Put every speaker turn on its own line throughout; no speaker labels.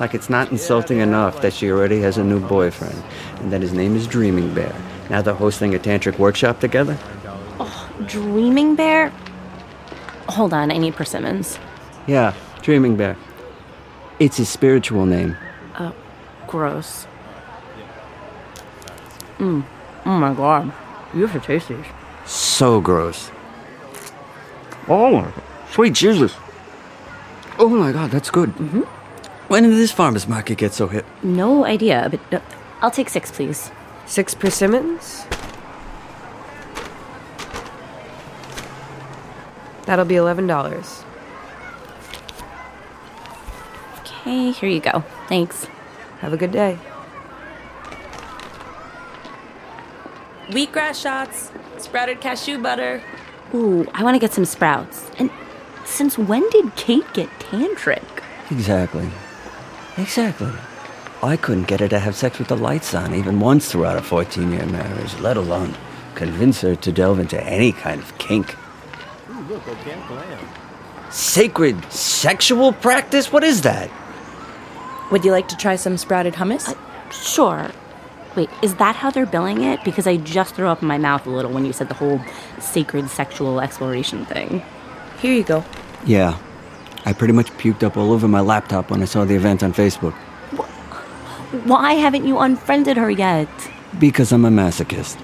Like it's not insulting enough that she already has a new boyfriend and that his name is Dreaming Bear. Now they're hosting a tantric workshop together.
Dreaming Bear? Hold on, I need persimmons.
Yeah, Dreaming Bear. It's his spiritual name.
Gross. Mm. Oh my god. You have to taste these.
So gross. Oh, sweet Jesus. Oh my God, that's good. Mm-hmm. When did this farmer's market get so hip?
No idea, but uh, I'll take six, please.
Six persimmons? That'll be $11.
Okay, here you go. Thanks.
Have a good day.
Wheatgrass shots, sprouted cashew butter.
Ooh, I want to get some sprouts. And since when did Kate get tantric?
Exactly. Exactly. I couldn't get her to have sex with the lights on even once throughout a 14 year marriage, let alone convince her to delve into any kind of kink. Sacred sexual practice? What is that?
Would you like to try some sprouted hummus?
Sure. Wait, is that how they're billing it? Because I just threw up in my mouth a little when you said the whole sacred sexual exploration thing.
Here you go.
Yeah. I pretty much puked up all over my laptop when I saw the event on Facebook
Why haven't you unfriended her yet?
because I'm a masochist.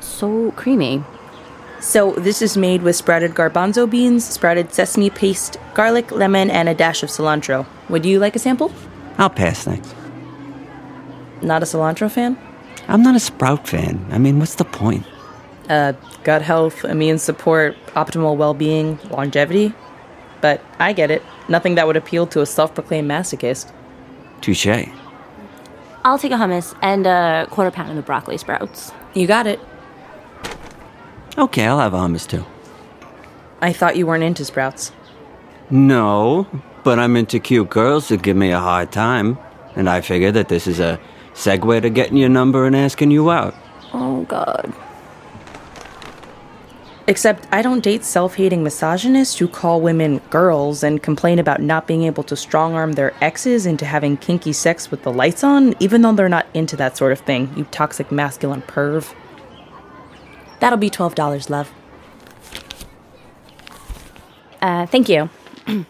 So creamy.
So, this is made with sprouted garbanzo beans, sprouted sesame paste, garlic, lemon, and a dash of cilantro. Would you like a sample?
I'll pass next.
Not a cilantro fan?
I'm not a sprout fan. I mean, what's the point?
Uh, gut health, immune support, optimal well being, longevity. But I get it. Nothing that would appeal to a self proclaimed masochist.
Touche.
I'll take a hummus and a quarter pound of broccoli sprouts.
You got it.
Okay, I'll have a hummus too.
I thought you weren't into sprouts.
No, but I'm into cute girls who give me a hard time. And I figure that this is a segue to getting your number and asking you out.
Oh, God.
Except I don't date self hating misogynists who call women girls and complain about not being able to strong arm their exes into having kinky sex with the lights on, even though they're not into that sort of thing, you toxic masculine perv. That'll be $12, love.
Uh, thank you.